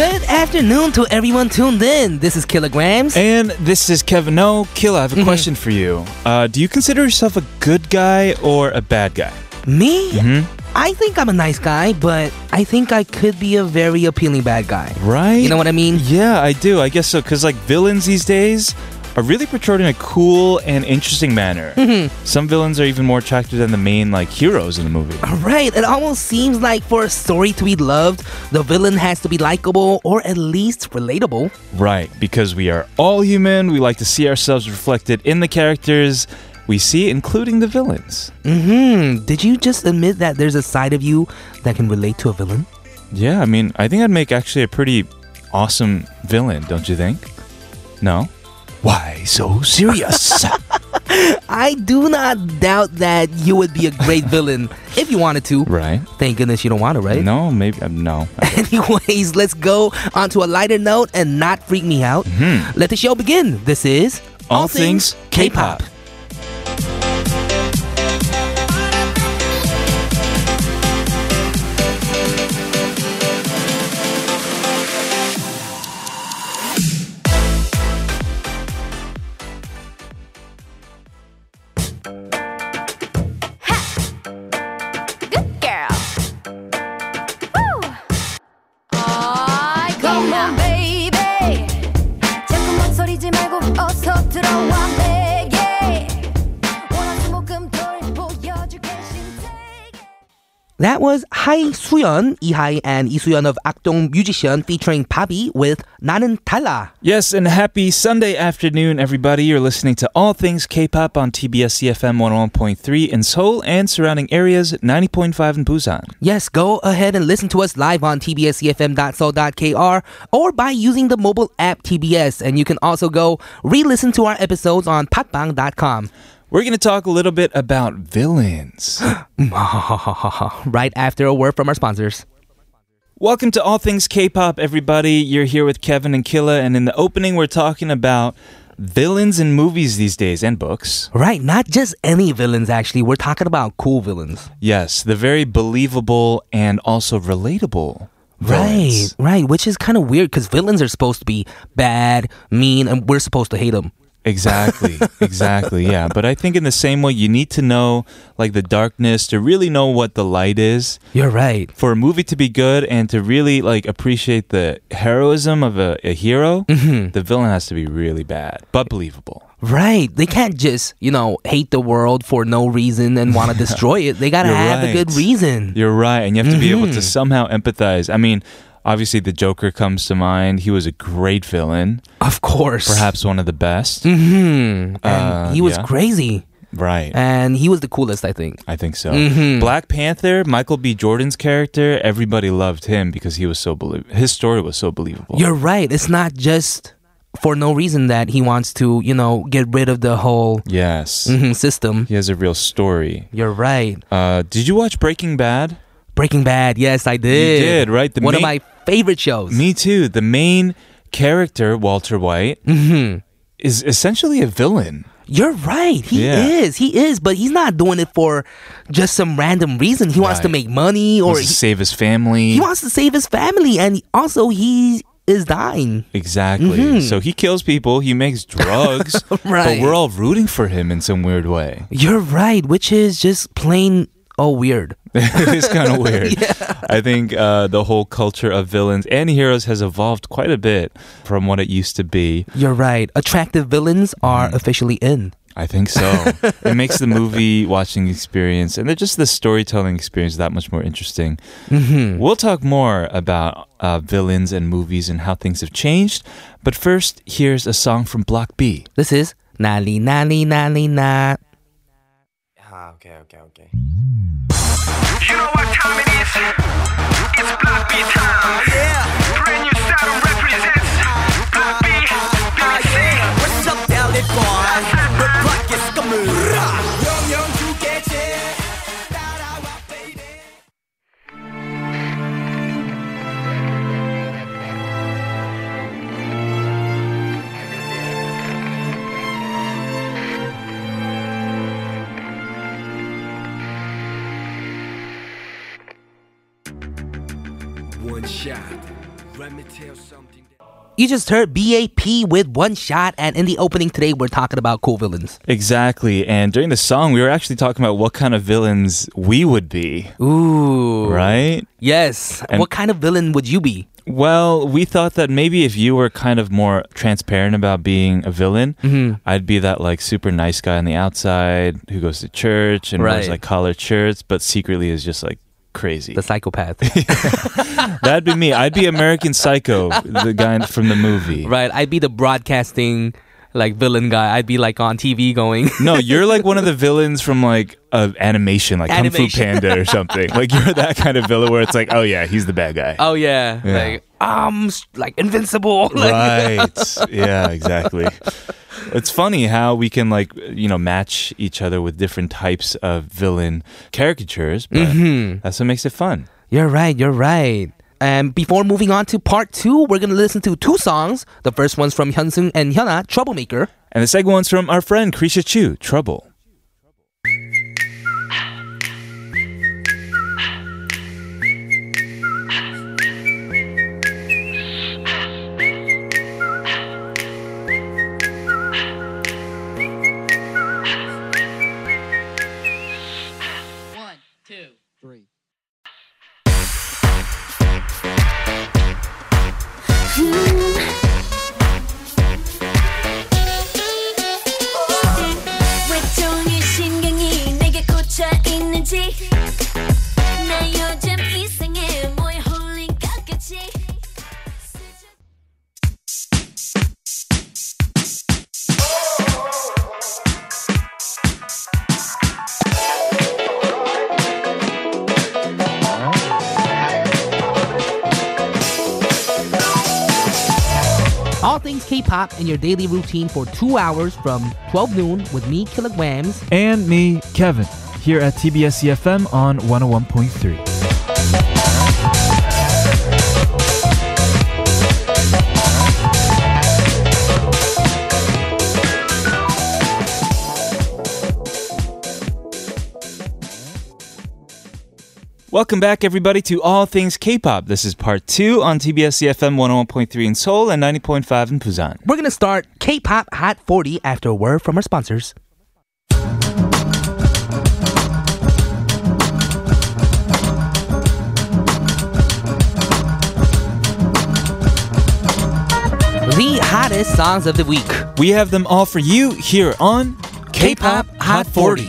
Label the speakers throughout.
Speaker 1: afternoon to everyone tuned in. This is Kilograms.
Speaker 2: And this is Kevin. No, Kill, I
Speaker 1: Mm-hmm.
Speaker 2: have a question for you. Uh, do you consider yourself a good guy or a bad guy?
Speaker 1: Me?
Speaker 2: Mhm.
Speaker 1: I think I'm a nice guy, but I think I could be a very appealing bad guy.
Speaker 2: Right?
Speaker 1: You know what I mean?
Speaker 2: Yeah, I do. I guess so. Because, like, villains these days are really portrayed in a cool and interesting manner.
Speaker 1: Mm-hmm.
Speaker 2: Some villains are even more attractive than the main, like, heroes in the movie.
Speaker 1: Right, it almost seems like for a story to be loved, the villain has to be likable or at least relatable.
Speaker 2: Right. Because we are all human, we like to see ourselves reflected in the characters we see, including the villains.
Speaker 1: Hmm, did you just admit that there's a side of you that can relate to a villain?
Speaker 2: Yeah, I mean, I think I'd make actually a pretty awesome villain, don't you think? No? Why so serious?
Speaker 1: I do not doubt that you would be a great villain if you wanted to.
Speaker 2: right?
Speaker 1: Thank goodness you don't want to, right?
Speaker 2: No, maybe. Um, no.
Speaker 1: Anyways, let's go onto a lighter note and not freak me out. Let the show begin. This is
Speaker 2: Mm-hmm. All Things K-Pop.
Speaker 3: Good girl. Woo! 아이, come on, baby. 자꾸만 소리지 말고 어서 들어와 내게. 원하는 목금 덜 보여줄게, 신세계.
Speaker 1: That was Hai Suyeon, Ihai and Lee Suyeon of Akdong Musician featuring Pabi with 나는 달라.
Speaker 2: Yes, and happy Sunday afternoon, everybody. You're listening to All Things K-Pop on TBS CFM 101.3 in Seoul and surrounding areas, 90.5 in Busan.
Speaker 1: Yes, go ahead and listen to us live on tbscfm.so.kr or by using the mobile app TBS. And you can also go re-listen to our episodes on patbang.com.
Speaker 2: We're going to talk a little bit about villains.
Speaker 1: right after a word from our sponsors.
Speaker 2: Welcome to All Things K-Pop, everybody. You're here with Kevin and Killa, and in the opening, we're talking about villains in movies these days and books.
Speaker 1: Right, not just any villains, actually. We're talking about cool villains.
Speaker 2: Yes, the very believable and also relatable.
Speaker 1: Right,
Speaker 2: villains.
Speaker 1: right, which is kind of weird because villains are supposed to be bad, mean, and we're supposed to hate them.
Speaker 2: Exactly. Exactly. yeah. But I think in the same way, you need to know like the darkness to really know what the light is
Speaker 1: You're right.
Speaker 2: for a movie to be good and to really like appreciate the heroism of a, a hero. The villain has to be really bad but believable.
Speaker 1: Right. They can't just, you know, hate the world for no reason and want to destroy it. They got to
Speaker 2: You're
Speaker 1: have a good
Speaker 2: right.
Speaker 1: reason.
Speaker 2: You're right, and you have to be
Speaker 1: Mm-hmm.
Speaker 2: able to somehow empathize. I mean. Obviously, the Joker comes to mind. He was a great villain,
Speaker 1: of course.
Speaker 2: perhaps one of the best.
Speaker 1: hmm And
Speaker 2: Uh,
Speaker 1: he was
Speaker 2: yeah.
Speaker 1: crazy.
Speaker 2: Right.
Speaker 1: And Mm-hmm. he was the coolest, I think.
Speaker 2: I think so. Black Panther, Michael B. Jordan's character, everybody loved him because he was so belie- his story was so believable.
Speaker 1: You're right. It's not just for no reason that he wants to, you know, get rid of the whole
Speaker 2: yes,
Speaker 1: mhm, system.
Speaker 2: he has a real story.
Speaker 1: You're right.
Speaker 2: Uh, did you watch Breaking Bad?
Speaker 1: Breaking Bad. Yes, I did.
Speaker 2: did, right? The
Speaker 1: One of
Speaker 2: main-
Speaker 1: my favorite shows.
Speaker 2: Me too. The main character, Walter White,
Speaker 1: Mm-hmm.
Speaker 2: is essentially a villain.
Speaker 1: You're right. He
Speaker 2: Yeah.
Speaker 1: is. He is. But he's not doing it for just some random reason. He wants to
Speaker 2: Right.
Speaker 1: make money or
Speaker 2: Wants to
Speaker 1: he,
Speaker 2: save his family.
Speaker 1: he wants to save his family. And also, he is dying.
Speaker 2: exactly. So he kills people. He makes drugs.
Speaker 1: Right.
Speaker 2: But we're all rooting for him in some weird way.
Speaker 1: You're right, which is just plain, oh, weird.
Speaker 2: it's kind of weird. I think uh, the whole culture of villains and heroes has evolved quite a bit from what it used to be.
Speaker 1: You're right. Attractive villains are officially in.
Speaker 2: I think so. it makes the movie watching experience and just the storytelling experience that much more interesting. We'll talk more about uh, villains and movies and how things have changed. But first, here's a song from Block B.
Speaker 1: This is Nali Nali Nali Na.
Speaker 4: You know what time it is? It's Block B time. Yeah. Brand new sound represents Block B. BBC.
Speaker 5: What's up, Valley Boy? The block is coming. 영영 주겠지. 따라와, baby.
Speaker 4: One shot.
Speaker 5: Let me tell you something.
Speaker 1: You just heard BAP with one shot, and in the opening today, we're talking about cool villains.
Speaker 2: Exactly. And during the song, we were actually talking about what kind of villains we would be,
Speaker 1: Ooh.
Speaker 2: right?
Speaker 1: Yes.
Speaker 2: And-
Speaker 1: what kind of villain would you be?
Speaker 2: Well, we thought that maybe if you were kind of more transparent about being a villain,
Speaker 1: Mm-hmm.
Speaker 2: I'd be that like super nice guy on the outside who goes to church and wears
Speaker 1: Right.
Speaker 2: like collared shirts, but secretly is just like crazy.
Speaker 1: The psychopath.
Speaker 2: That'd be me. I'd be American Psycho, the guy from the movie.
Speaker 1: right. I'd be the broadcasting like villain guy. I'd be like on TV going.
Speaker 2: No, you're like one of the villains from like a animation, like Kung Fu
Speaker 1: Animation.
Speaker 2: Panda or something. Like you're that kind of villain where it's like, oh yeah, he's the bad guy.
Speaker 1: Oh yeah,
Speaker 2: Yeah.
Speaker 1: like I'm s- like invincible. Like,
Speaker 2: Right. yeah, exactly. It's funny how we can like you know match each other with different types of villain caricatures, but that's what makes it fun.
Speaker 1: You're right. You're right. And before moving on to part two, we're gonna listen to two songs. The first one's from Hyunsung and Hyuna, Troublemaker.
Speaker 2: And the second one's from our friend Krisha Chu, Trouble.
Speaker 6: One, two, three.
Speaker 3: 왜 종일 신경이 내게 꽂혀 있는지 나 요즘 이상해 뭐에 홀린 것 같이
Speaker 1: All things K-pop in your daily routine for two hours from 12 noon with me, Kilograms.
Speaker 7: and me, Kevin, here at TBS EFM E on 101.3.
Speaker 2: Welcome back, everybody, to All Things K-pop. This is part two on TBS EFM 101.3 in Seoul and 90.5 in Busan.
Speaker 1: We're gonna start K-pop Hot 40 after a word from our sponsors. The hottest songs of the week.
Speaker 2: We have them all for you here on
Speaker 1: K-pop Hot 40.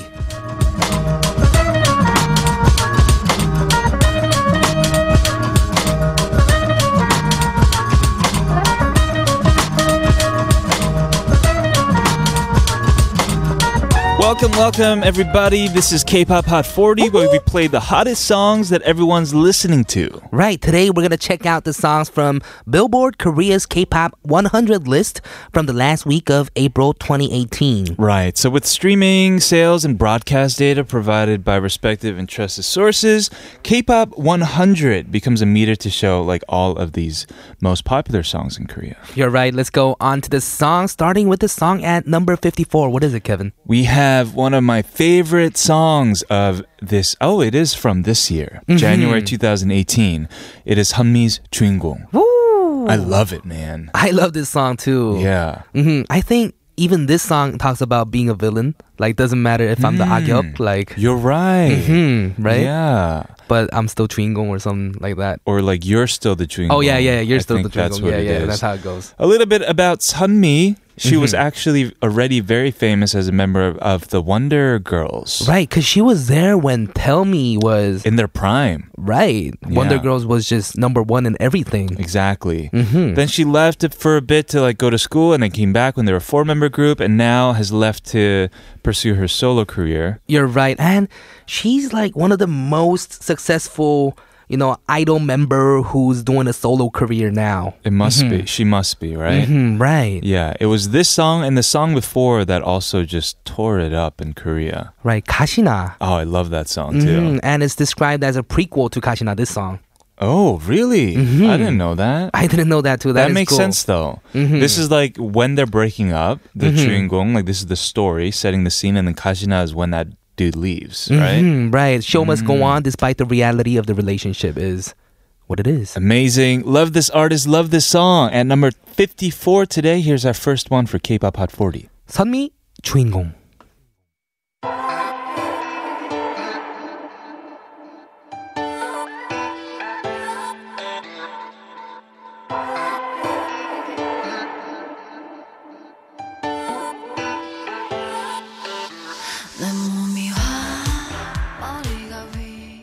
Speaker 2: Welcome, welcome, everybody. This is K-pop Hot 40, where we play the hottest songs that everyone's listening to.
Speaker 1: Right, today we're gonna check out the songs from Billboard Korea's K-pop 100 list from the last week of April 2018.
Speaker 2: Right. So, with streaming, sales, and broadcast data provided by respective and trusted sources, K-pop 100 becomes a meter to show like all of these most popular songs in Korea.
Speaker 1: You're right, let's go on to the song, starting with the song at number 54. What is it, Kevin?
Speaker 2: We have one of my favorite songs of this. Oh, it is from this year, January 2018. It is Hanmi's 주인공. I love it, man.
Speaker 1: I love this song too.
Speaker 2: Yeah.
Speaker 1: hmm I think even this song talks about being a villain. Like, doesn't matter if I'm the
Speaker 2: Hmm.
Speaker 1: Agyok, like,
Speaker 2: You're right.
Speaker 1: hmm, right?
Speaker 2: Yeah.
Speaker 1: But I'm still Chewing-gum or something like that.
Speaker 2: Or like you're still the chewing.
Speaker 1: Oh, yeah, yeah, yeah, you're
Speaker 2: I
Speaker 1: still the
Speaker 2: think That's
Speaker 1: Chewing-gum.
Speaker 2: what
Speaker 1: Yeah,
Speaker 2: it
Speaker 1: yeah,
Speaker 2: is.
Speaker 1: that's how it goes. Mm-hmm.
Speaker 2: a little bit about Sunmi. She was actually already very famous as a member of, of the Wonder Girls
Speaker 1: Right, because she was there when Tell Me was,
Speaker 2: in their prime.
Speaker 1: right. Wonder
Speaker 2: Yeah.
Speaker 1: Girls was just number one in everything.
Speaker 2: Exactly.
Speaker 1: Mm-hmm.
Speaker 2: Then she left it for a bit to like go to school, and then came back when they were a four-member group, and now has left to pursue her solo career.
Speaker 1: You're right. And she's like one of the most successful, you know, idol member who's doing a solo career now.
Speaker 2: It must
Speaker 1: Mm-hmm.
Speaker 2: be. She must be right.
Speaker 1: Hmm, right.
Speaker 2: Yeah. It was this song and the song before that also just tore it up in Korea.
Speaker 1: Right. Kashina.
Speaker 2: Oh, I love that song too.
Speaker 1: Mhm, and it's described as a prequel to Kashina, this song.
Speaker 2: Oh, really? I didn't know that.
Speaker 1: Mm-hmm. I didn't know that too.
Speaker 2: that
Speaker 1: is
Speaker 2: makes
Speaker 1: cool. Mm-hmm.
Speaker 2: sense though. This is like when they're breaking up, the 주인공, like this is the story setting the scene, and then Kashina is when that dude leaves, right?
Speaker 1: Mm-hmm. Mm, Mhm,
Speaker 2: Mm.
Speaker 1: right. Show must go on despite the reality of the relationship is what it is.
Speaker 2: Amazing. Love this artist, love this song. At number 54 today, here's our first one for K pop Hot 40.
Speaker 1: 선미 주인공.
Speaker 3: 내 몸이 화 머리가 위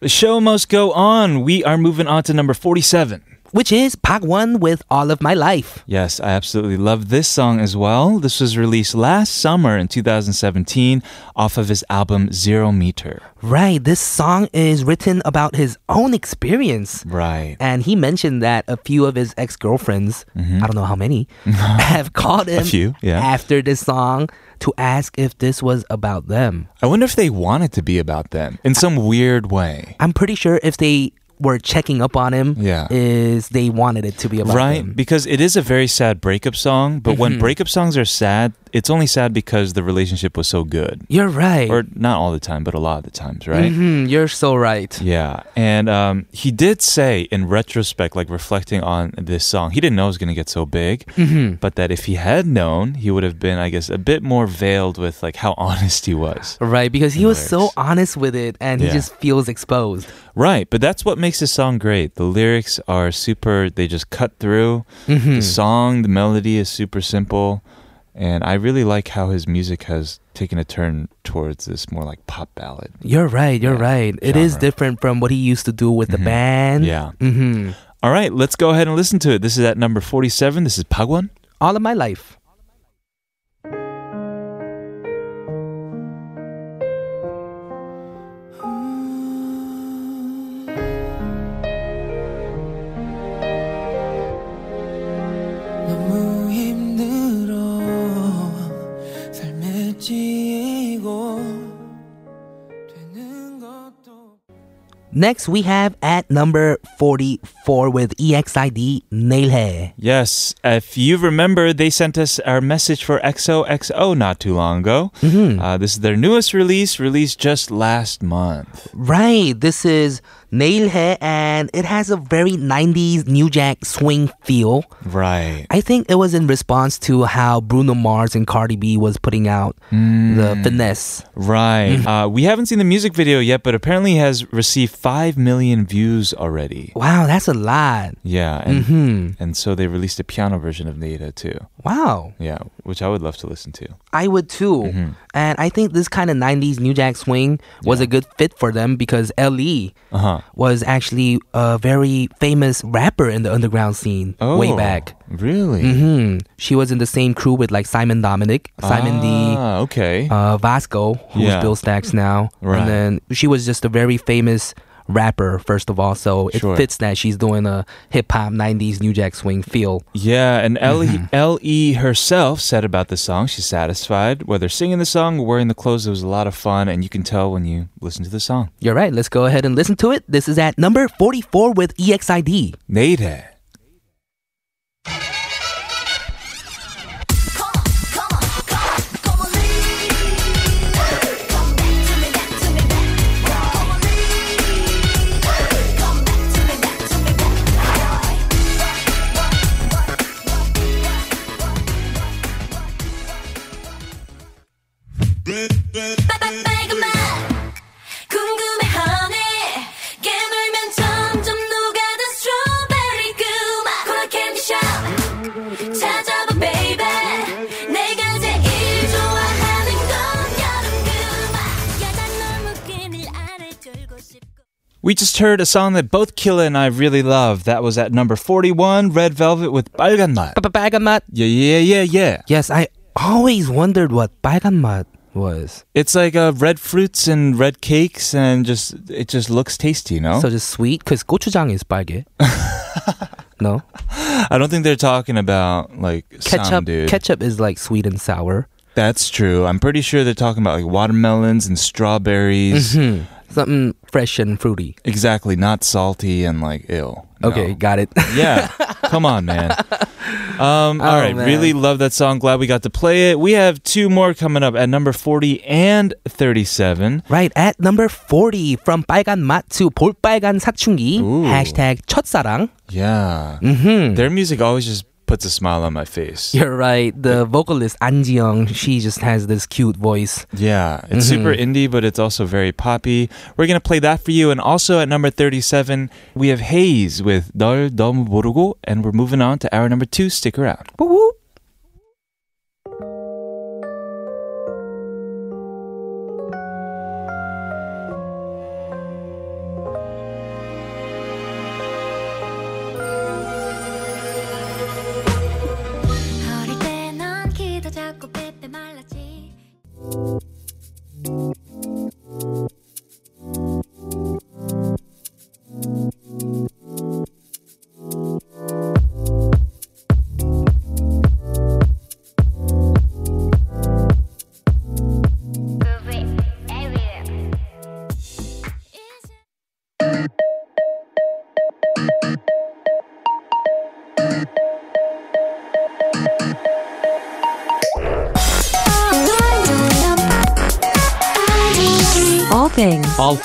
Speaker 2: The show must go on. We are moving on to number 47.
Speaker 1: which is Park One with All of My Life.
Speaker 2: Yes, I absolutely love this song as well. This was released last summer in 2017 off of his album Zero Meter.
Speaker 1: Right, this song is written about his own experience.
Speaker 2: Right.
Speaker 1: And he mentioned that a few of his ex girlfriends, I don't know how many, have called him
Speaker 2: Mm-hmm. few, yeah.
Speaker 1: after this song to ask if this was about them.
Speaker 2: I wonder if they want it to be about them in some weird way.
Speaker 1: I'm pretty sure if they were checking up on him,
Speaker 2: Yeah.
Speaker 1: is they wanted it to be about
Speaker 2: Right,
Speaker 1: them. Mm-hmm.
Speaker 2: because it is a very sad breakup song, but when breakup songs are sad, it's only sad because the relationship was so good.
Speaker 1: You're right.
Speaker 2: Or not all the time, but a lot of the times, right?
Speaker 1: Mhm, you're so right.
Speaker 2: Yeah. And um, he did say in retrospect, like reflecting on this song, he didn't know it was going to get so big,
Speaker 1: Mm-hmm.
Speaker 2: but that if he had known, he would have been, I guess, a bit more veiled with like how honest he was.
Speaker 1: Right, because he was so
Speaker 2: Lyrics.
Speaker 1: honest with it and he
Speaker 2: Yeah.
Speaker 1: just feels exposed.
Speaker 2: Right. But that's what makes this song great. The lyrics are super, they just cut through.
Speaker 1: Mm-hmm.
Speaker 2: The song, the melody is super simple. And I really like how his music has taken a turn towards this more like pop ballad.
Speaker 1: You're right. You're
Speaker 2: Yeah,
Speaker 1: right. It is
Speaker 2: genre. Mm-hmm.
Speaker 1: different from what he used to do with the band.
Speaker 2: Yeah.
Speaker 1: hmm
Speaker 2: All right, let's go ahead and listen to it. This is at number 47. This is Pagwan.
Speaker 1: All of my life.
Speaker 5: 너무 힘들어 삶에 찌고 되는 것도
Speaker 1: Next, we have at number 44 with E EXID Nailhe.
Speaker 2: Yes, if you remember, they sent us our message for XOXO not too long ago. Uh, this is their newest release, released just last month.
Speaker 1: Right. This is Nailhe, and it has a very 90s New Jack swing feel.
Speaker 2: Right.
Speaker 1: I think it was in response to how Bruno Mars and Cardi B was putting out the finesse.
Speaker 2: Right. uh, we haven't seen the music video yet, but apparently it has received 5 million views already.
Speaker 1: Wow, that's a lot.
Speaker 2: Yeah, and,
Speaker 1: Mm-hmm.
Speaker 2: and so they released a piano version of Nada too.
Speaker 1: Wow.
Speaker 2: Yeah, which I would love to listen to.
Speaker 1: I would too. And I think this kind of 90s New Jack swing was a good fit for them because L.E.
Speaker 2: Uh huh.
Speaker 1: was actually a very famous rapper in the underground scene way back.
Speaker 2: Oh. Really?
Speaker 1: hmm She was in the same crew with like Simon Dominic, Simon D.
Speaker 2: Ah, okay.
Speaker 1: Uh, Vasco, who's
Speaker 2: Yeah.
Speaker 1: Bill Stacks now.
Speaker 2: Right.
Speaker 1: And then she was just a very famous rapper, first of all. So it
Speaker 2: Sure.
Speaker 1: fits that she's doing a hip hop 90s New Jack Swing feel.
Speaker 2: Yeah, and L.E.
Speaker 1: mm-hmm.
Speaker 2: LE E herself said about the song, she's satisfied. Whether singing the song or wearing the clothes, it was a lot of fun, and you can tell when you listen to the song.
Speaker 1: You're right. Let's go ahead and listen to it. This is at number 44 with E EXID.
Speaker 2: Nade.
Speaker 3: 찾아봐 baby 내가 제일 좋아하는 건 여름그만 야단 널 묶은 일 아래 졸고 싶고
Speaker 2: We just heard a song that both Killa and I really love. That was at number 41, Red Velvet with 빨간 맛.
Speaker 1: Bagamat.
Speaker 2: Yeah, yeah, yeah, yeah.
Speaker 1: Yes, I always wondered what Bagamat was.
Speaker 2: It's like uh, red fruits and red cakes, and just it just looks tasty, you know?
Speaker 1: So just sweet, because gochujang is 빨개. no,
Speaker 2: I don't think they're talking about like
Speaker 1: ketchup.
Speaker 2: some dude.
Speaker 1: Ketchup is like sweet and sour.
Speaker 2: That's true. I'm pretty sure they're talking about like watermelons and strawberries.
Speaker 1: Mm-hmm. Something fresh and fruity.
Speaker 2: Exactly, not salty and like ill.
Speaker 1: Okay, got it.
Speaker 2: yeah. Come on, man. Um,
Speaker 1: Oh,
Speaker 2: all right,
Speaker 1: man.
Speaker 2: really love that song. Glad we got to play it. We have two more coming up at number 40 and 37.
Speaker 1: Right at number 40 from 빨간 맛 to 볼빨간 사춘기
Speaker 2: Ooh.
Speaker 1: hashtag 첫사랑.
Speaker 2: Yeah.
Speaker 1: hmm
Speaker 2: Their music always just puts a smile on my face.
Speaker 1: You're right. The vocalist An Ji Young, she just has this cute voice.
Speaker 2: Yeah, it's super indie, but it's also very poppy. We're gonna play that for you, and also at number thirty-seven, we have Haze with 널 너무 모르고, and we're moving on to hour number two. Stick around.
Speaker 1: Woo-woo.
Speaker 3: 어릴 때 넌 기도 잡고 빼빼 말랐지
Speaker 8: All things.
Speaker 9: All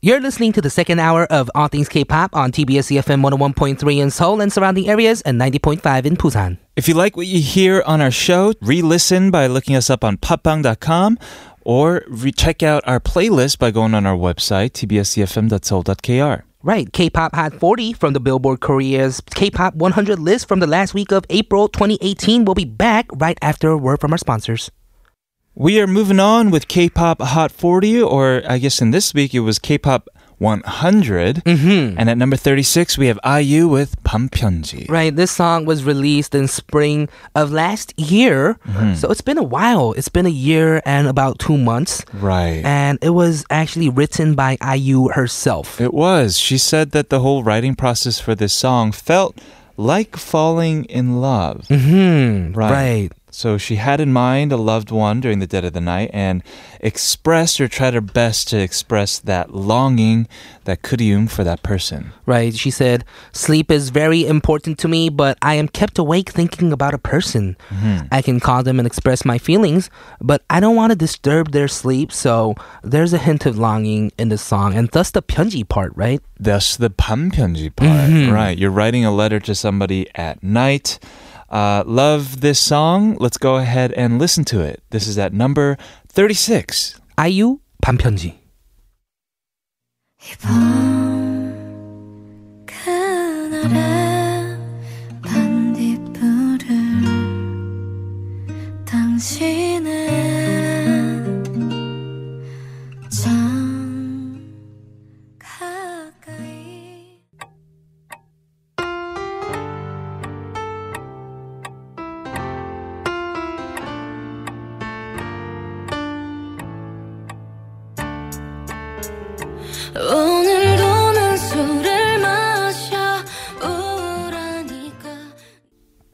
Speaker 1: You're listening to the second hour of All Things K-pop on TBS EFM 101.3 in Seoul and surrounding areas and 90.5 in Busan.
Speaker 2: If you like what you hear on our show, re-listen by looking us up on popbang.com or re- check out our playlist by going on our website tbscfm.soul.kr.
Speaker 1: Right, K-pop Hot 40 from the Billboard Korea's K-pop 100 list from the last week of April 2018 will be back right after a word from our sponsors.
Speaker 2: We are moving on with K-pop Hot 40, or I guess in this week it was K-pop 100. Mm-hmm. And at number 36, we have IU with Pampyeonji.
Speaker 1: Right, this song was released in spring of last year, so it's been a while. It's been a year and about two months,
Speaker 2: Right.
Speaker 1: and it was actually written by IU herself.
Speaker 2: It was. She said that the whole writing process for this song felt like falling in love.
Speaker 1: Hmm.
Speaker 2: Mm-hmm. Right.
Speaker 1: Right.
Speaker 2: So she had in mind a loved one during the dead of the night and expressed or tried her best to express that longing, that kurium for that person.
Speaker 1: Right. She said, Sleep is very important to me, but I am kept awake thinking about a person. I can call them and express my feelings, but I don't want to disturb their sleep, so there's a hint of longing in this song, and thus the pyeonji part, right?
Speaker 2: That's the pampyeonji part, right? You're writing a letter to somebody at night. Uh, love this song. Let's go ahead and listen to it. This is at number 36.
Speaker 1: IU, 반편지.
Speaker 3: 이밤 그날의 반딧불을 당신은 참 가까이 오늘도 난 술을 마셔 우울하니까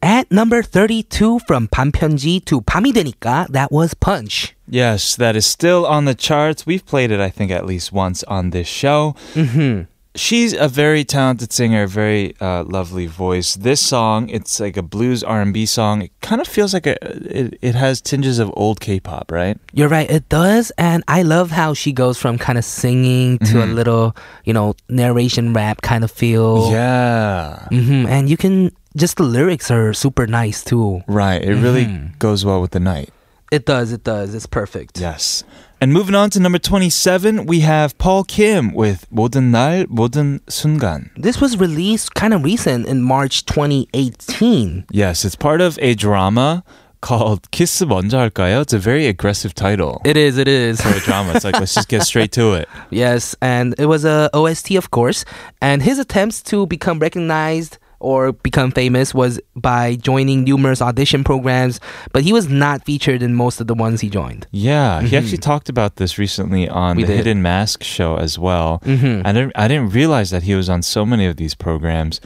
Speaker 1: At number 32 from 반편지 to 밤이 되니까, that was Punch.
Speaker 2: Yes, that is still on the charts. We've played it, I think, at least once on this show.
Speaker 1: Mm-hmm.
Speaker 2: She's a very talented singer, very uh, lovely voice. This song, it's like a blues R&B song. It kind of feels like a it, it has tinges of old K-pop, right?
Speaker 1: You're right, it does. And I love how she goes from kind of singing to a little, you know, narration rap kind of feel.
Speaker 2: Yeah.
Speaker 1: hmm And you can just the lyrics are super nice too.
Speaker 2: Right. It really goes well with the night.
Speaker 1: It does. It does. It's perfect.
Speaker 2: Yes. And moving on to number 27, we have Paul Kim with 모든 날 모든 순간.
Speaker 1: This was released kind of recent in March 2018.
Speaker 2: Yes, it's part of a drama called 키스 먼저 할까요? It's a very aggressive title.
Speaker 1: It is. It is.
Speaker 2: for a drama. It's like let's just get straight to it.
Speaker 1: yes, and it was a OST, of course, and his attempts to become recognized or become famous was by joining numerous audition programs, but he was not featured in most of the ones he joined.
Speaker 2: Yeah, he actually talked about this recently on
Speaker 1: Mm-hmm. We
Speaker 2: the
Speaker 1: did.
Speaker 2: Hidden Mask show as well.
Speaker 1: Mhm.
Speaker 2: I didn't I didn't realize that he was on so many of these programs,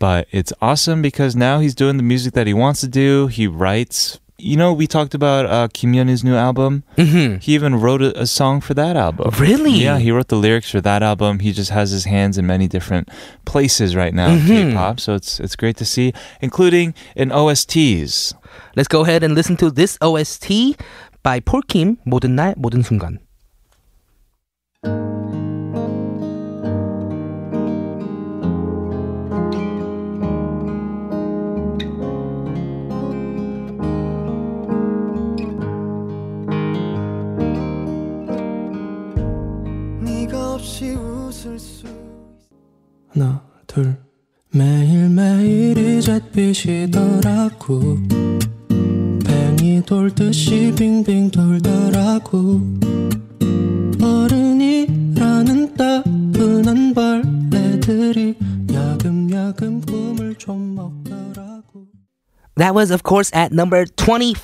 Speaker 2: but it's awesome because now he's doing the music that he wants to do. He writes. You know, we talked about uh, Kim Yeon's new album.
Speaker 1: Mhm.
Speaker 2: He even wrote a, a song for that album.
Speaker 1: Really?
Speaker 2: Yeah, he wrote the lyrics for that album. He just has his hands in many different places right now
Speaker 1: Mm-hmm.
Speaker 2: in K-pop, so it's it's great to see, including in OSTs.
Speaker 1: Let's go ahead and listen to this OST by 폴킴 모든 날 모든 순간.
Speaker 5: 네가 없이 웃을 수
Speaker 9: 하나 둘 매일매일이 잿빛이더라고 뱅이 돌듯이 빙빙 돌더라고 어른이라는 따분한 벌레들이 야금야금 꿈을 좀 먹더라고
Speaker 1: That was, of course, at number 25,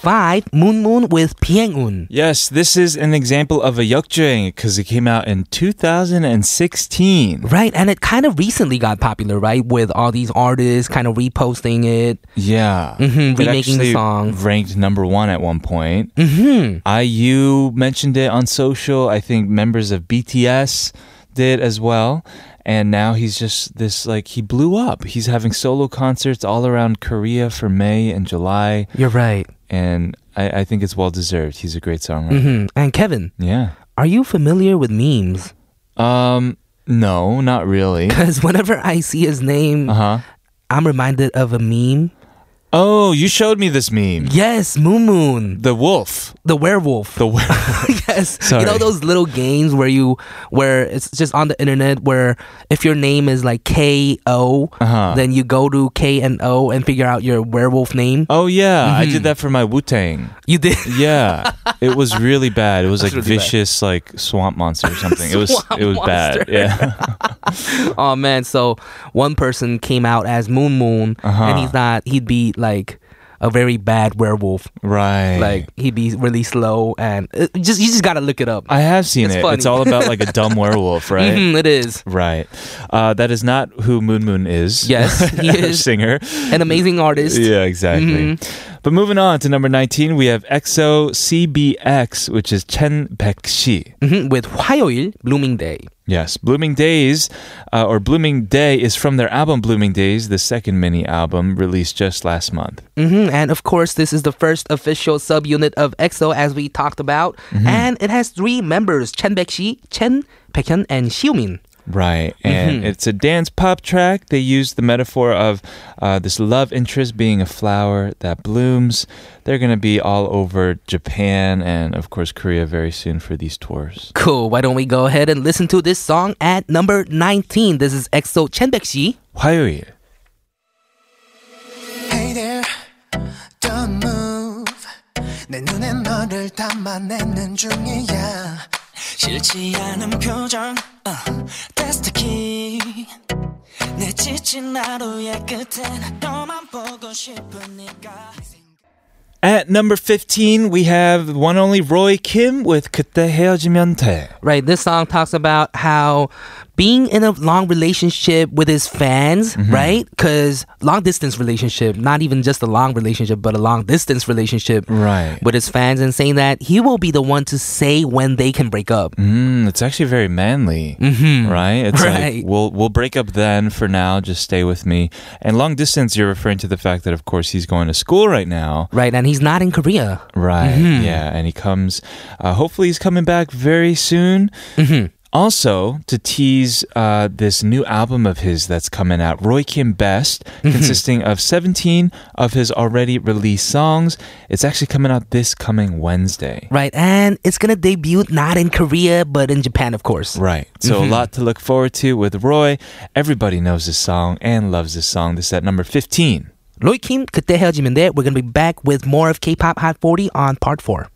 Speaker 1: Moon Moon with Piengun.
Speaker 2: Yes, this is an example of a yeokjeong because it came out in 2016.
Speaker 1: Right, and it kind of recently got popular, right? With all these artists kind of reposting it.
Speaker 2: Yeah,
Speaker 1: Mhm,
Speaker 2: It
Speaker 1: remaking the
Speaker 2: actually
Speaker 1: song.
Speaker 2: ranked number one at one point.
Speaker 1: hmm
Speaker 2: IU mentioned it on social. I think members of BTS did as well. And now he's just this like he blew up. He's having solo concerts all around Korea for May and July,
Speaker 1: You're right.
Speaker 2: and I, I think it's well deserved. He's a great songwriter.
Speaker 1: hmm And Kevin,
Speaker 2: Yeah.
Speaker 1: are you familiar with memes?
Speaker 2: Um. No, not really.
Speaker 1: Because whenever I see his name,
Speaker 2: Uh huh.
Speaker 1: I'm reminded of a meme.
Speaker 2: Oh, you showed me this meme.
Speaker 1: Yes, Moon Moon,
Speaker 2: The wolf.
Speaker 1: the werewolf.
Speaker 2: The werewolf.
Speaker 1: yes, you
Speaker 2: Sorry.
Speaker 1: know those little games where you where it's just on the internet where if your name is like K O,
Speaker 2: Uh-huh.
Speaker 1: then you go to K and O and figure out your werewolf name.
Speaker 2: oh yeah, I
Speaker 1: Mm-hmm.
Speaker 2: did that for my Wu Tang.
Speaker 1: You did.
Speaker 2: Yeah, it was really bad. It was like
Speaker 1: That's really bad.
Speaker 2: vicious, like swamp monster or something. it was
Speaker 1: Swamp
Speaker 2: it was bad.
Speaker 1: monster.
Speaker 2: Yeah,
Speaker 1: oh man, so one person came out as Moon Moon,
Speaker 2: Uh-huh.
Speaker 1: and he's not. He'd be like a very bad werewolf.
Speaker 2: right.
Speaker 1: Like he'd be really slow, and it, just you just gotta look it up.
Speaker 2: I have seen
Speaker 1: It's
Speaker 2: it.
Speaker 1: funny.
Speaker 2: It's all about like a dumb werewolf, right?
Speaker 1: Mhm, it is
Speaker 2: Right. Uh, that is not who Moon Moon is.
Speaker 1: Yes, he
Speaker 2: Our
Speaker 1: is. Mm-hmm.
Speaker 2: singer.
Speaker 1: an amazing artist.
Speaker 2: Yeah, exactly. But moving on to number 19, we have EXO CBX, which is Chen Baekshi.
Speaker 1: Mhm, with 화요일 Blooming Day.
Speaker 2: Yes, Blooming Days, uh, or Blooming Day, is from their album Blooming Days, the second mini album released just last month.
Speaker 1: hmm And of course, this is the first official subunit of EXO, as we talked about. And it has three members Chen Baekshi, Chen Baekhyun, and Xiumin.
Speaker 2: Right, and it's a dance pop track. They use the metaphor of uh, this love interest being a flower that blooms. They're going to be all over Japan and, of course, Korea very soon for these tours.
Speaker 1: Cool. Why don't we go ahead and listen to this song at number 19? This is EXO Chen Baekshi.
Speaker 2: 화요일.
Speaker 5: Hey there, don't move. 내 눈에 너를 담아내는 중이야. 싫지 않은 표정, uh, that's the key. 내 지친 하루의 끝엔 너만 보고 싶으니까.
Speaker 2: At number 15, we have one only Roy Kim with 그때 헤어지면 돼.
Speaker 1: Right. This song talks about how being in a long relationship with his fans,
Speaker 2: Mm-hmm.
Speaker 1: right? Because long distance relationship, not even just a long relationship, but a long distance relationship
Speaker 2: Right.
Speaker 1: with his fans, and saying that he will be the one to say when they can break up.
Speaker 2: Mm, it's actually very manly, right? It's
Speaker 1: Right.
Speaker 2: like we'll we'll break up then. For now, just stay with me. And long distance, you're referring to the fact that, of course, he's going to school right now,
Speaker 1: Right. And he's not in Korea.
Speaker 2: right? Yeah, and he comes. Uh, hopefully, he's coming back very soon. Also, to tease uh, this new album of his that's coming out, Roy Kim Best, consisting of 17 of his already released songs. It's actually coming out this coming Wednesday.
Speaker 1: Right, and it's gonna debut not in Korea but in Japan, of course.
Speaker 2: Right. Mm-hmm. So a lot to look forward to with Roy. Everybody knows this song and loves this song. This is at number 15.
Speaker 1: Roy Kim, 그때 헤어지면 돼. We're gonna be back with more of K-pop Hot 40 on Part Four.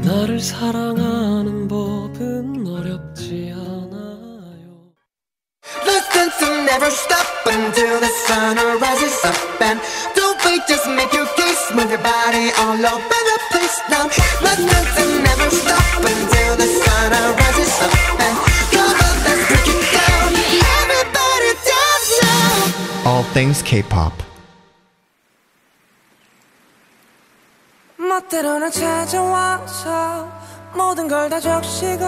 Speaker 9: 널 사랑하는 법은 어렵지 않아요.
Speaker 5: Listen to never stop until the sun rises up and don't wait, just make your case, move your body all over the place now. Listen to never stop until the sun rises up and come on, let's break it down. Everybody dance now. All things K-pop.
Speaker 10: 멋대로는 찾아와서 모든 걸 다 적시고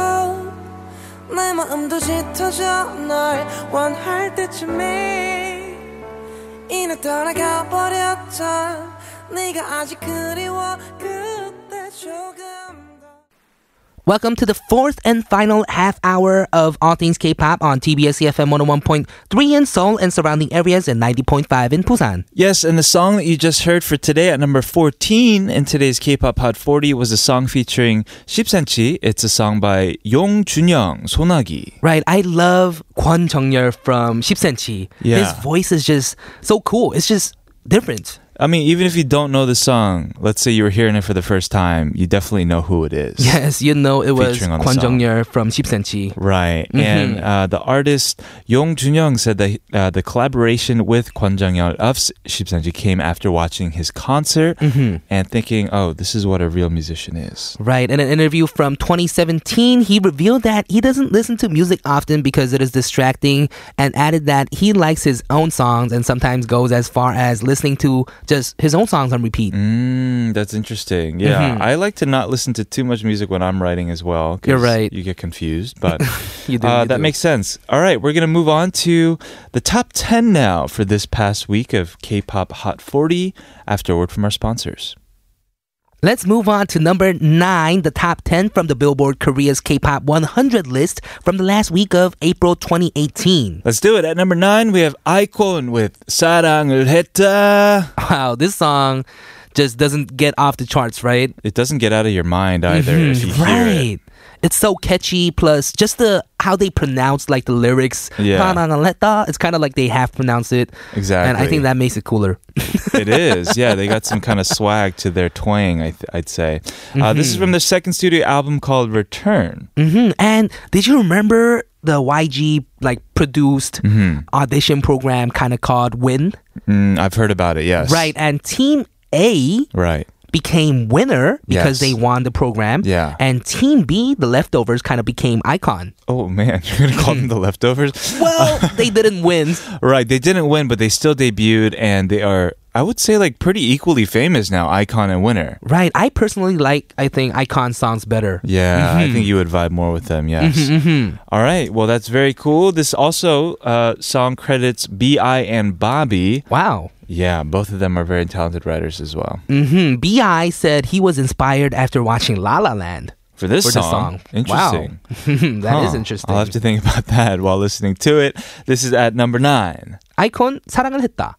Speaker 10: 내 마음도 짙어져 널 원할 때쯤에 이내 떠나가 버렸던 네가 아직 그리워 그때 조금 더
Speaker 1: Welcome to the fourth and final half hour of All Things K-pop on TBS EFM 101.3 in Seoul and surrounding areas and 90.5 in Busan.
Speaker 2: Yes, and the song that you just heard for today at number 14 in today's K-pop Hot 40 was a song featuring Shipsanchi. It's a song by Yong Junyoung, Sonagi.
Speaker 1: Right, I love Kwon Jongyeol from 10cm. His
Speaker 2: Yeah.
Speaker 1: voice is just so cool. It's just different.
Speaker 2: I mean, even if you don't know the song, let's say you were hearing it for the first time, you definitely know who it is.
Speaker 1: Yes, you know it was
Speaker 2: Featuring on the
Speaker 1: Kwon
Speaker 2: song.
Speaker 1: Jongyeol from 10cm.
Speaker 2: Right,
Speaker 1: Mm-hmm.
Speaker 2: and uh, the artist Yong Junyoung said that uh, the collaboration with Kwon Jung Yeol of Shipsanji came after watching his concert
Speaker 1: Mm-hmm.
Speaker 2: and thinking, "Oh, this is what a real musician is."
Speaker 1: Right. In an interview from 2017, he revealed that he doesn't listen to music often because it is distracting and added that he likes his own songs and sometimes goes as far as listening to just his own songs on repeat.
Speaker 2: Mm, that's interesting. Yeah, I like to not listen to too much music when I'm writing as well. 'cause
Speaker 1: Mm-hmm. You're right.
Speaker 2: You get confused, but
Speaker 1: You do,
Speaker 2: uh,
Speaker 1: you do.
Speaker 2: that makes sense. All right, we're gonna move on to the top ten now for this past week of K-pop Hot 40. After a word from our sponsors.
Speaker 1: Let's move on to number 9, the top 10 from the Billboard Korea's K pop 100 list from the last week of April 2018.
Speaker 2: Let's do it. At number nine, we have Icon with 사랑을 했다.
Speaker 1: Wow, this song just doesn't get off the charts, right?
Speaker 2: It doesn't get out of your mind either if you hear it.
Speaker 1: Right. It's so catchy. Plus, just the how they pronounce like the lyrics.
Speaker 2: Yeah.
Speaker 1: "Nanangaleta," It's kind of like they half pronounce it.
Speaker 2: Exactly.
Speaker 1: And I think that makes it cooler.
Speaker 2: it is. Yeah, they got some kind of swag to their twang, I th- I'd say. Uh, this is
Speaker 1: Mm-hmm.
Speaker 2: from their second studio album called Return.
Speaker 1: hmm And did you remember the YG like produced
Speaker 2: Mm-hmm.
Speaker 1: audition program kind of called Win?
Speaker 2: Mm, I've heard about it, yes.
Speaker 1: Mm-hmm. Right. And Team A
Speaker 2: Right.
Speaker 1: became winner because
Speaker 2: Yes.
Speaker 1: they won the program.
Speaker 2: Yeah.
Speaker 1: And Team B, the leftovers, kind of became icon.
Speaker 2: Oh, man. You're going to call
Speaker 1: Mm-hmm.
Speaker 2: them the leftovers?
Speaker 1: Well, they didn't win.
Speaker 2: Right. They didn't win, but they still debuted, and they are, I would say, like pretty equally famous now, Icon and Winner.
Speaker 1: Right. I personally like, I think, icon songs better.
Speaker 2: Yeah,
Speaker 1: Mm-hmm.
Speaker 2: I think you would vibe more with them. Yes. All right. Well, that's very cool. This also uh, song credits Bi and Bobby.
Speaker 1: Wow.
Speaker 2: Yeah, both of them are very talented writers as well.
Speaker 1: hmm Bi said he was inspired after watching La La Land.
Speaker 2: For this
Speaker 1: For the song.
Speaker 2: song, interesting.
Speaker 1: Wow. that is
Speaker 2: Huh.
Speaker 1: interesting.
Speaker 2: I'll have to think about that while listening to it. This is at number nine.
Speaker 1: 아이콘 사랑을 했다.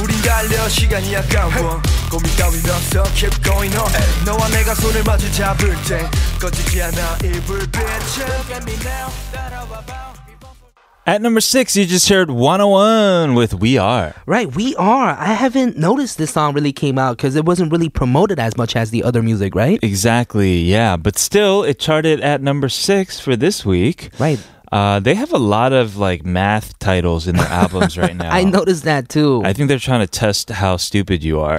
Speaker 5: 우린 갈려 시간이 아까워 고민 따윈 없어 keep going on 너와 내가 손을 마주 잡을 때 꺼지지 않아 이불 빛은 Look at me now 따라와 봐
Speaker 2: At number six, you just heard 101 with We Are.
Speaker 1: Right, we are. I haven't noticed this song really came out because it wasn't really promoted as much as the other music, right?
Speaker 2: Exactly, yeah. But still, it charted at number six for this week.
Speaker 1: Right.
Speaker 2: Uh, they have a lot of like math titles in their albums right now.
Speaker 1: I noticed that too.
Speaker 2: I think they're trying to test how stupid you are.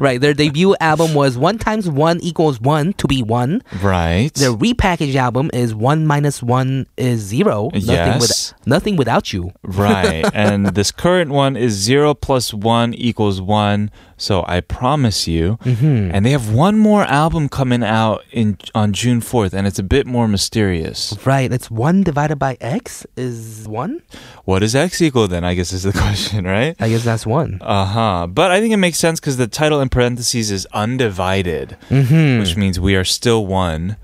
Speaker 1: right, their debut album was one times one equals one to be one.
Speaker 2: right.
Speaker 1: Their repackaged album is one minus one is zero. Nothing,
Speaker 2: Yes.
Speaker 1: with, nothing without you.
Speaker 2: right. And this current one is zero plus one equals one. So I promise you. And they have one more album coming out in on June 4th, and it's a bit more mysterious.
Speaker 1: Right, it's 1 divided by x is 1?
Speaker 2: What is X equal then? I guess is the question, right?
Speaker 1: I guess that's 1.
Speaker 2: Uh huh. But I think it makes sense because the title in parentheses is undivided, which means we are still one.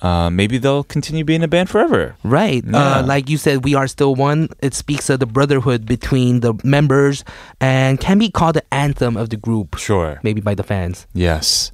Speaker 2: Uh, maybe they'll continue being a band forever.
Speaker 1: Right. Uh,
Speaker 2: Yeah.
Speaker 1: like you said, we are still one. It speaks of the brotherhood between the members and can be called the anthem of the group,
Speaker 2: Sure.
Speaker 1: maybe by the fans.
Speaker 2: Yes.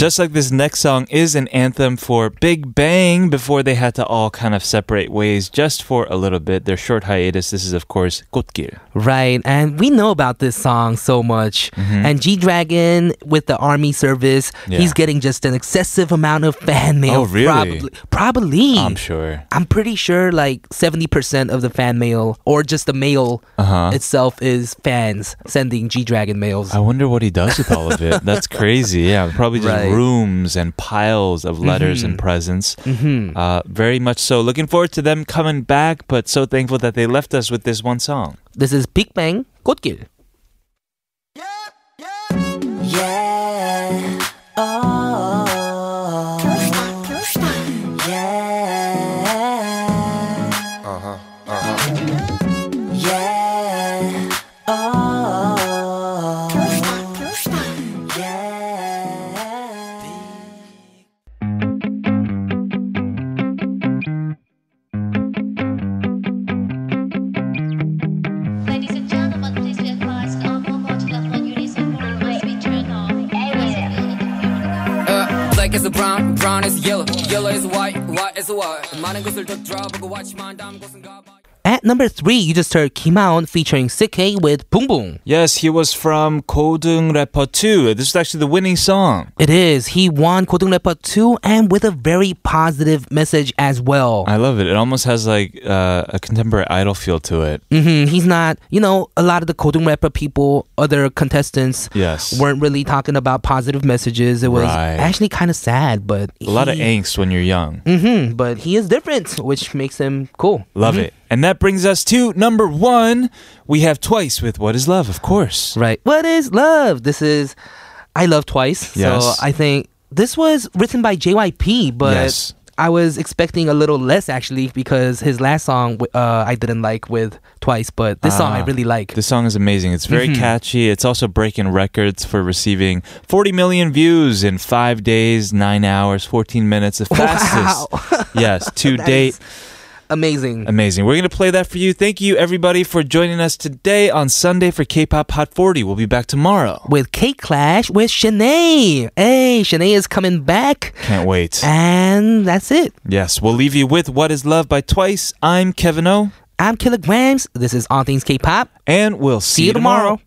Speaker 2: Just like this next song is an anthem for Big Bang before they had to all kind of separate ways just for a little bit. Their short hiatus. This is, of course, 꽃길.
Speaker 1: Right. And we know about this song so much. And G Dragon with the army service,
Speaker 2: Mm-hmm. Yeah.
Speaker 1: he's getting just an excessive amount of fan mail.
Speaker 2: Oh, really?
Speaker 1: Probably. probably.
Speaker 2: I'm sure.
Speaker 1: I'm pretty sure like 70% of the fan mail or just the mail
Speaker 2: Uh-huh.
Speaker 1: itself is fans sending G Dragon mails.
Speaker 2: I wonder what he does with all of it. That's crazy. Yeah, probably just
Speaker 1: Right.
Speaker 2: rooms and piles of letters and presents. Mm-hmm. Uh, very much so. Looking forward to them coming back, but so thankful that they left us with this one song.
Speaker 1: This is Big Bang 꽃길.
Speaker 5: Yeah. Oh. Yeah. Yeah. Oh. Yeah.
Speaker 3: Ladies and gentlemen, please be advised, all mobile telephone units and phones must be turned off.
Speaker 10: Uh, black is brown, brown is yellow, yellow is white, white is white. 많은 것을 더 들어보고 watch만 담은 곳은 가봐.
Speaker 1: At number three, you just heard Kim Aon featuring CK with Boom Boom.
Speaker 2: Yes, he was from Kodung Rapper 2. This is actually the winning song.
Speaker 1: It is. He won Kodung Lepa 2 and with a very positive message as well.
Speaker 2: I love it. It almost has like uh, a contemporary idol feel to it.
Speaker 1: hmm He's not, you know, a lot of the Kodung Lepa people, other contestants,
Speaker 2: Yes.
Speaker 1: weren't really talking about positive messages. It was
Speaker 2: Right.
Speaker 1: actually kind of sad, but
Speaker 2: a lot of
Speaker 1: Mm-hmm.
Speaker 2: angst when you're young.
Speaker 1: hmm But he is different, which makes him cool.
Speaker 2: Love it. And that brings us to number one. We have Twice with What Is Love, of course.
Speaker 1: Right. What is love? This is I Love Twice.
Speaker 2: Yes.
Speaker 1: So I think this was written by JYP, but
Speaker 2: Yes.
Speaker 1: I was expecting a little less actually because his last song uh, I didn't like with Twice, but this song I
Speaker 2: Ah,
Speaker 1: really like.
Speaker 2: This song is amazing. It's very
Speaker 1: Mm-hmm.
Speaker 2: catchy. It's also breaking records for receiving 40 million views in five days, nine hours, 14 minutes. The fastest. yes, to
Speaker 1: That
Speaker 2: date.
Speaker 1: is Amazing.
Speaker 2: Amazing. We're going to play that for you. Thank you, everybody, for joining us today on Sunday for K Pop Hot 40. We'll be back tomorrow.
Speaker 1: With K Clash with Shanae. Hey, Shanae is coming back.
Speaker 2: Can't wait.
Speaker 1: And that's it.
Speaker 2: Yes, we'll leave you with What Is Love by Twice. I'm Kevin O,
Speaker 1: I'm Kilograms. This is All Things K-pop.
Speaker 2: and we'll
Speaker 1: See
Speaker 2: see,
Speaker 1: you tomorrow.